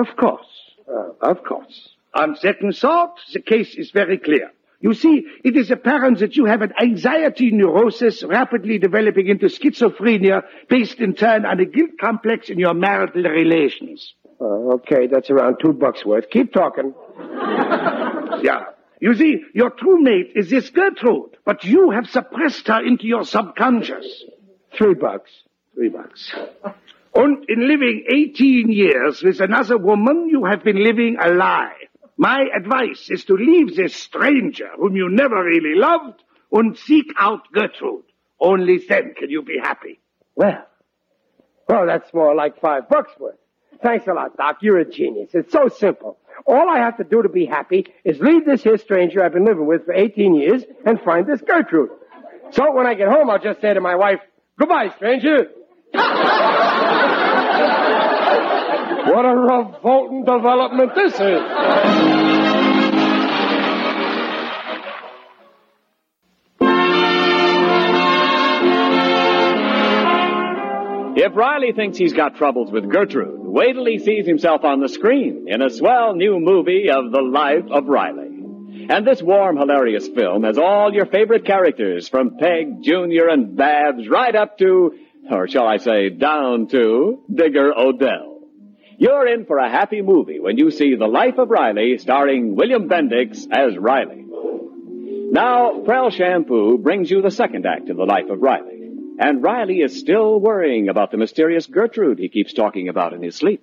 Of course. Uh, of course. On second thought, the case is very clear. You see, it is apparent that you have an anxiety neurosis rapidly developing into schizophrenia based in turn on a guilt complex in your marital relations.
Uh, okay, that's around two bucks worth. Keep talking.
Yeah. You see, your true mate is this Gertrude, but you have suppressed her into your subconscious.
Three bucks.
Three bucks. And in living 18 years with another woman, you have been living a lie. My advice is to leave this stranger whom you never really loved and seek out Gertrude. Only then can you be happy.
Well, well, that's more like five bucks worth. Thanks a lot, Doc. You're a genius. It's so simple. All I have to do to be happy is leave this here stranger I've been living with for 18 years and find this Gertrude. So when I get home, I'll just say to my wife, goodbye, stranger. What a revolting development this is.
If Riley thinks he's got troubles with Gertrude, wait till he sees himself on the screen in a swell new movie of the life of Riley. And this warm, hilarious film has all your favorite characters from Peg, Junior, and Babs right up to, or shall I say, down to Digger Odell. You're in for a happy movie when you see The Life of Riley starring William Bendix as Riley. Now, Prel Shampoo brings you the second act of The Life of Riley. And Riley is still worrying about the mysterious Gertrude he keeps talking about in his sleep.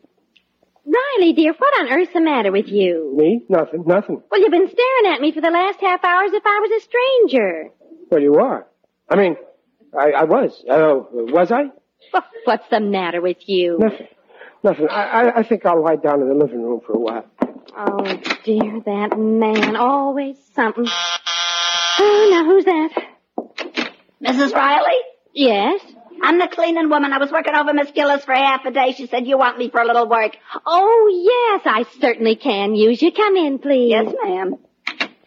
Riley, dear, what on earth's the matter with you?
Me? Nothing, nothing.
Well, you've been staring at me for the last half hour as if I was a stranger.
Well, you are. I mean, I, I was. Uh, was I?
Well, what's the matter with you?
Nothing. Nothing. I, I, I think I'll lie down in the living room for a while.
Oh, dear, that man. Always something. Oh, now who's that?
Mrs. Riley?
Yes?
I'm the cleaning woman. I was working over Miss Gillis for half a day. She said you want me for a little work.
Oh, yes, I certainly can use you. Come in, please. Yes,
ma'am.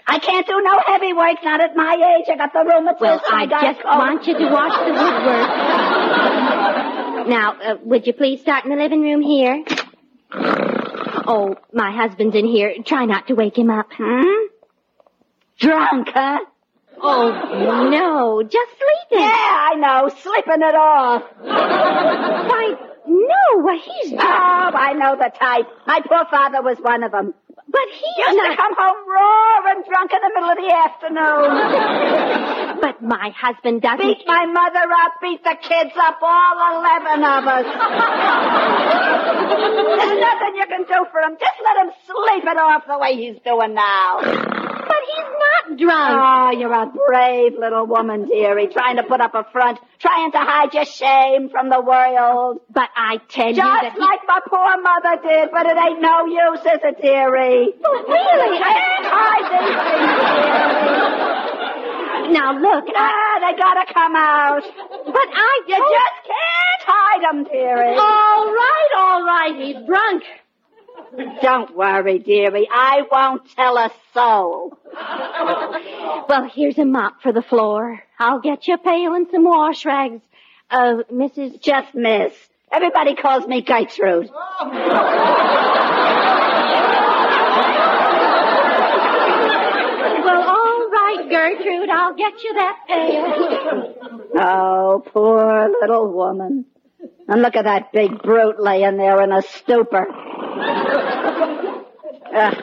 I can't do no heavy work, not at my age. I got the rheumatism.
Well, I
got
just
cold.
want you to watch the woodwork. Now, uh, would you please start in the living room here? Oh, my husband's in here. Try not to wake him up. Hmm?
Drunk, huh?
Oh, no. Just sleeping.
Yeah, I know. Sleeping it off.
Why, no. Why, he's...
Oh, I know the type. My poor father was one of them.
But he
used
not-
to come home roaring drunk in the middle of the afternoon.
But my husband doesn't...
Beat my mother up, beat the kids up, all eleven of us. There's nothing you can do for him. Just let him sleep it off the way he's doing now.
But he's not drunk.
Oh, you're a brave little woman, dearie, trying to put up a front, trying to hide your shame from the world.
But I tell
Just
you that he-
like my poor mother did, but it ain't no use, is it, dearie?
But really, eh?
You can't hide these things, dearie.
Now, look, I...
Ah, they gotta come out.
But I...
You just can't hide them, dearie.
All right, all right. He's drunk.
Don't worry, dearie. I won't tell a soul.
Well, here's a mop for the floor. I'll get you a pail and some wash rags. Uh, Mrs.
Just miss. Everybody calls me Gertrude.
Well, all right, Gertrude. I'll get you that pail.
Oh, poor little woman. And look at that big brute laying there in a stupor. Ugh.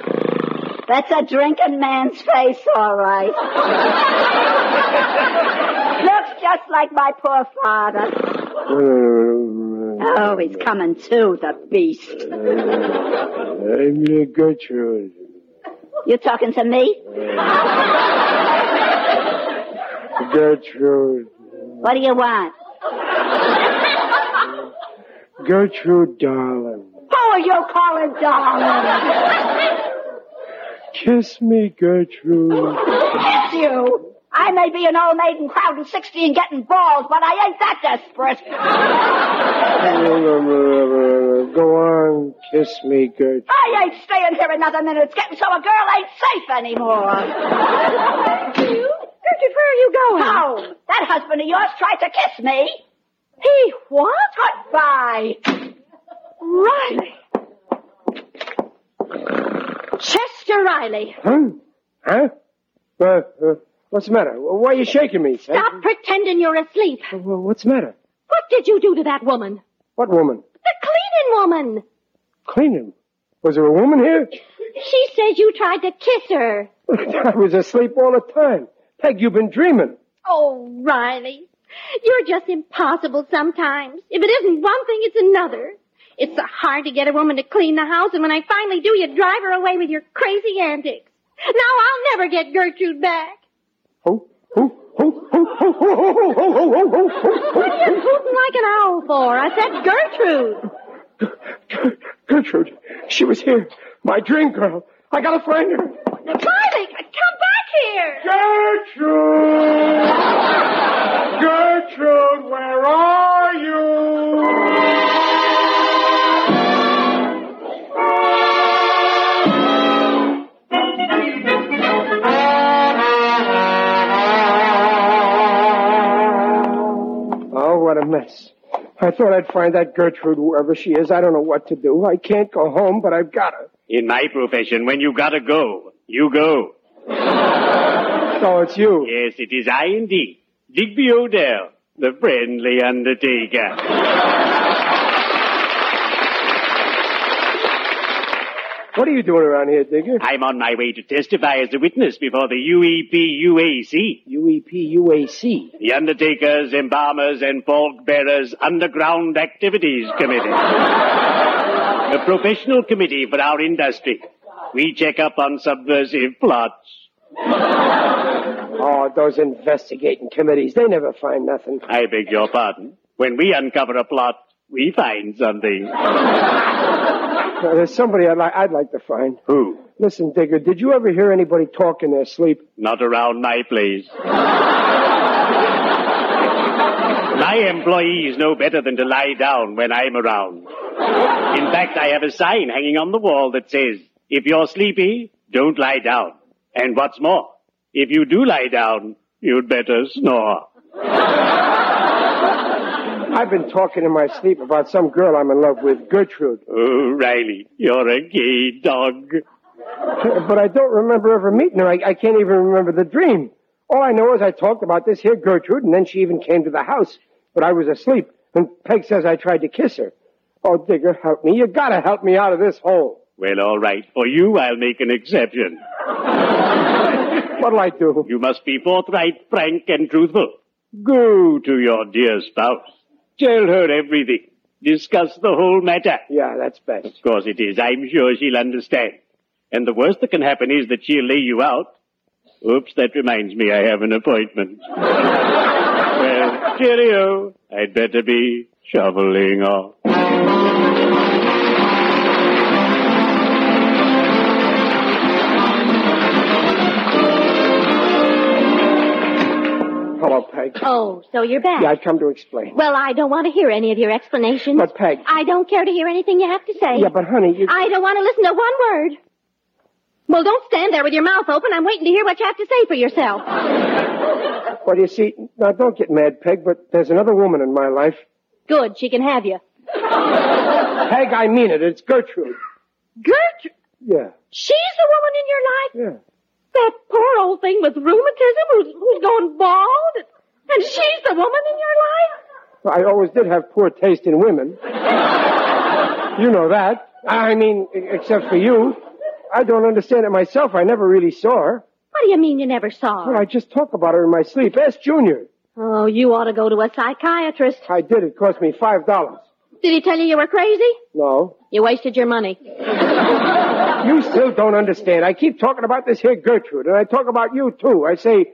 that's a drinking man's face, all right. Looks just like my poor father.
Mm,
Oh, he's coming to, the beast.
I'm uh, Gertrude.
You talking to me?
Gertrude.
What do you want?
Gertrude, darling.
Who are you calling darling?
Kiss me, Gertrude.
Kiss you. I may be an old maid and crowding 60 and getting balls, but I ain't that desperate.
Gertrude, go on, kiss me, Gertrude.
I ain't staying here another minute. It's getting so a girl ain't safe anymore. Gertrude, where are you going? Home. That husband of yours tried to kiss me. He what? Goodbye.
Riley. Chester Riley.
Huh? Huh? Uh, uh, what's the matter? Why are you shaking me? Sam?
Stop pretending you're asleep.
Well, what's the matter?
What did you do to that woman?
What woman?
The cleaning woman.
Cleaning. Was there a woman here?
She says you tried to kiss her.
I was asleep all the time. Peg, you've been dreaming.
Oh, Riley. You're just impossible sometimes. If it isn't one thing, it's another. It's so hard to get a woman to clean the house, and when I finally do, you drive her away with your crazy antics. Now I'll never get Gertrude back. What are you hooting like an owl for? I said Gertrude.
Gertrude, she was here. My dream girl. I gotta find her.
Riley, come back here.
Gertrude! Gertrude, where are you?
Oh, what a mess. I thought I'd find that Gertrude wherever she is. I don't know what to do. I can't go home, but I've got her.
In my profession, when you gotta go, you go.
So it's you.
Yes, it is I indeed. Digby Odell, the friendly undertaker.
What are you doing around here, Digger?
I'm on my way to testify as a witness before the E UEP UAC.
UEP UAC?
The Undertakers, Embalmers, and Fork Bearers Underground Activities Committee. a professional committee for our industry. We check up on subversive plots.
Oh, those investigating committees, they never find nothing.
I beg your pardon. When we uncover a plot, we find something.
Now, Uh, there's somebody I'd, li- I'd like to find.
Who?
Listen, Digger, did you ever hear anybody talk in their sleep?
Not around my place. my employees know better than to lie down when I'm around. In fact, I have a sign hanging on the wall that says, if you're sleepy, don't lie down. And what's more, if you do lie down, you'd better snore.
I've been talking in my sleep about some girl I'm in love with, Gertrude.
Oh, Riley, you're a gay dog.
But I don't remember ever meeting her. I, I can't even remember the dream. All I know is I talked about this here Gertrude, and then she even came to the house. But I was asleep, and Peg says I tried to kiss her. Oh, Digger, help me. You gotta help me out of this hole.
Well, all right. For you, I'll make an exception.
What'll I do?
You must be forthright, frank, and truthful. Go to your dear spouse. Tell her everything. Discuss the whole matter.
Yeah, that's best.
Of course it is. I'm sure she'll understand. And the worst that can happen is that she'll lay you out. Oops, that reminds me I have an appointment. well, cheerio. I'd better be shoveling off.
Hello, Peg.
Oh, so you're back.
Yeah, I've come to explain.
Well, I don't want to hear any of your explanations.
But, Peg.
I don't care to hear anything you have to say.
Yeah, but, honey, you.
I don't want to listen to one word. Well, don't stand there with your mouth open. I'm waiting to hear what you have to say for yourself.
Well, you see, now don't get mad, Peg, but there's another woman in my life.
Good, she can have you.
Peg, I mean it. It's Gertrude.
Gertrude,
Yeah.
she's the woman in your life?
Yeah.
That poor old thing with rheumatism who's, who's going bald? And she's the woman in your life?
I always did have poor taste in women. You know that. I mean, e- except for you. I don't understand it myself. I never really saw her.
What do you mean you never saw her?
Well, I just talk about her in my sleep. Ask Junior.
Oh, you ought to go to a psychiatrist.
I did. It cost me five dollars.
Did he tell you you were crazy?
No.
You wasted your money.
You still don't understand. I keep talking about this here Gertrude, and I talk about you too. I say,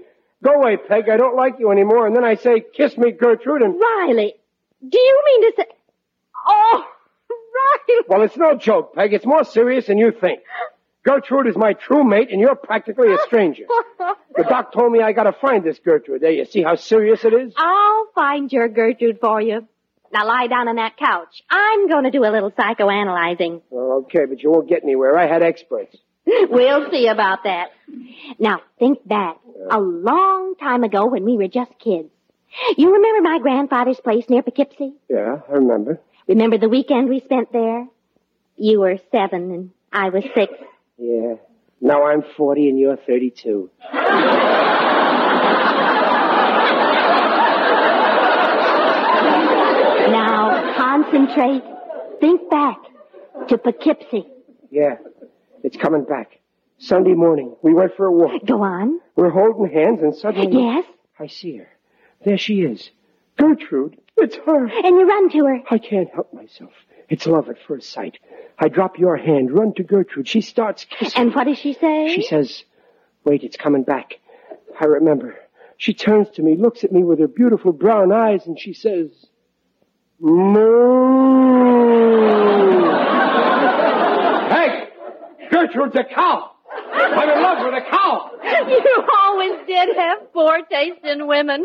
go away, Peg. I don't like you anymore. And then I say, kiss me, Gertrude, and.
Riley, do you mean to say. Oh, Riley.
Well, it's no joke, Peg. It's more serious than you think. Gertrude is my true mate, and you're practically a stranger. The doc told me I gotta find this Gertrude. There, you see how serious it is?
I'll find your Gertrude for you. Now lie down on that couch. I'm going to do a little psychoanalyzing.
Well, okay, but you won't get anywhere. I had experts.
We'll see about that. Now, think back. A long time ago when we were just kids. You remember my grandfather's place near Poughkeepsie?
Yeah, I remember.
Remember the weekend we spent there? You were seven and I was six.
Yeah. Now I'm 40 and you're 32.
Now, concentrate. Think back to Poughkeepsie.
Yeah, it's coming back. Sunday morning, we went for a walk.
Go on.
We're holding hands and suddenly.
Yes?
I see her. There she is. Gertrude, it's her.
And you run to her.
I can't help myself. It's love at first sight. I drop your hand, run to Gertrude. She starts kissing.
And what does she say?
She says, Wait, it's coming back. I remember. She turns to me, looks at me with her beautiful brown eyes, and she says, Moo!
Hey! Gertrude's a cow! I'm in love with a cow!
You always did have poor taste in women.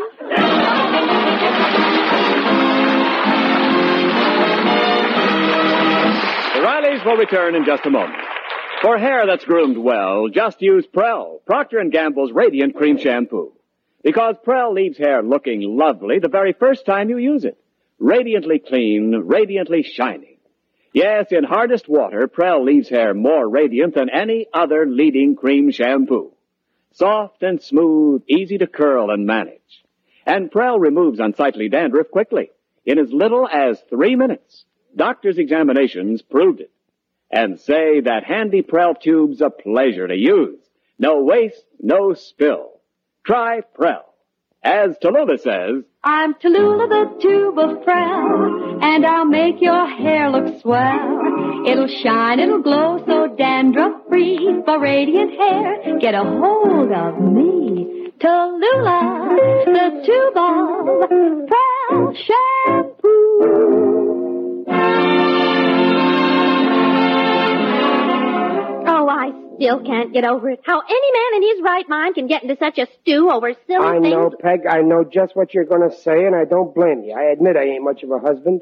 The Rileys will return in just a moment. For hair that's groomed well, just use Prel, Procter & Gamble's Radiant Cream Shampoo. Because Prel leaves hair looking lovely the very first time you use it. Radiantly clean, radiantly shining. Yes, in hardest water, Prel leaves hair more radiant than any other leading cream shampoo. Soft and smooth, easy to curl and manage. And Prel removes unsightly dandruff quickly, in as little as three minutes. Doctors' examinations proved it. And say that handy Prel tube's a pleasure to use. No waste, no spill. Try Prel. As Tallulah says,
I'm Tallulah the tube of Prel, and I'll make your hair look swell. It'll shine, it'll glow, so dandruff free. For radiant hair, get a hold of me. Tallulah, the tube of Prel shampoo.
Oh, I still can't get over it. How any man in his right mind can get into such a stew over silly
I
things.
know, Peg, I know just what you're gonna say, and I don't blame you. I admit I ain't much of a husband.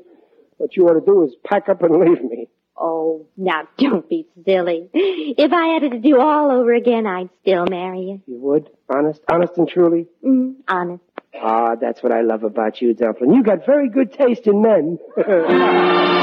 What you ought to do is pack up and leave me.
Oh, now don't be silly. If I had it to do all over again, I'd still marry you.
You would? Honest? Honest and truly?
Mm, honest.
Ah, that's what I love about you, Dumpling. You got very good taste in men.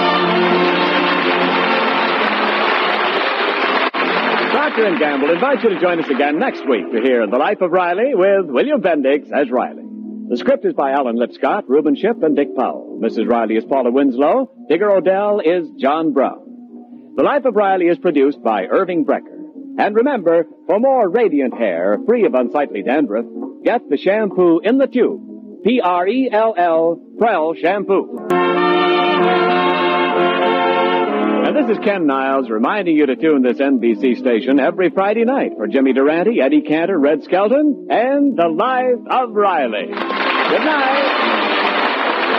Procter & Gamble invites you to join us again next week to hear The Life of Riley with William Bendix as Riley. The script is by Alan Lipscott, Reuben Ship, and Dick Powell. Mrs. Riley is Paula Winslow. Digger Odell is John Brown. The Life of Riley is produced by Irving Brecker. And remember, for more radiant hair, free of unsightly dandruff, get the shampoo in the tube. P-R-E-L-L, Prel Shampoo. And this is Ken Niles reminding you to tune this NBC station every Friday night for Jimmy Durante, Eddie Cantor, Red Skelton, and The Life of Riley. Good night.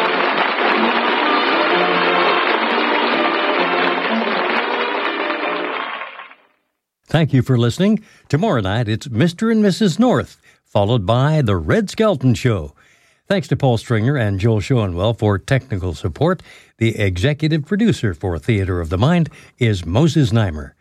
Thank you for listening. Tomorrow night, it's Mr. and Mrs. North, followed by The Red Skelton Show. Thanks to Paul Stringer and Joel Schoenwell for technical support. The executive producer for Theater of the Mind is Moses Neimer.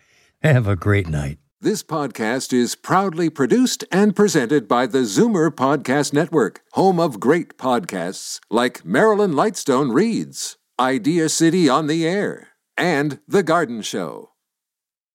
Have a great night.
This podcast is proudly produced and presented by the Zoomer Podcast Network, home of great podcasts like Marilyn Lightstone Reads, Idea City on the Air, and The Garden Show.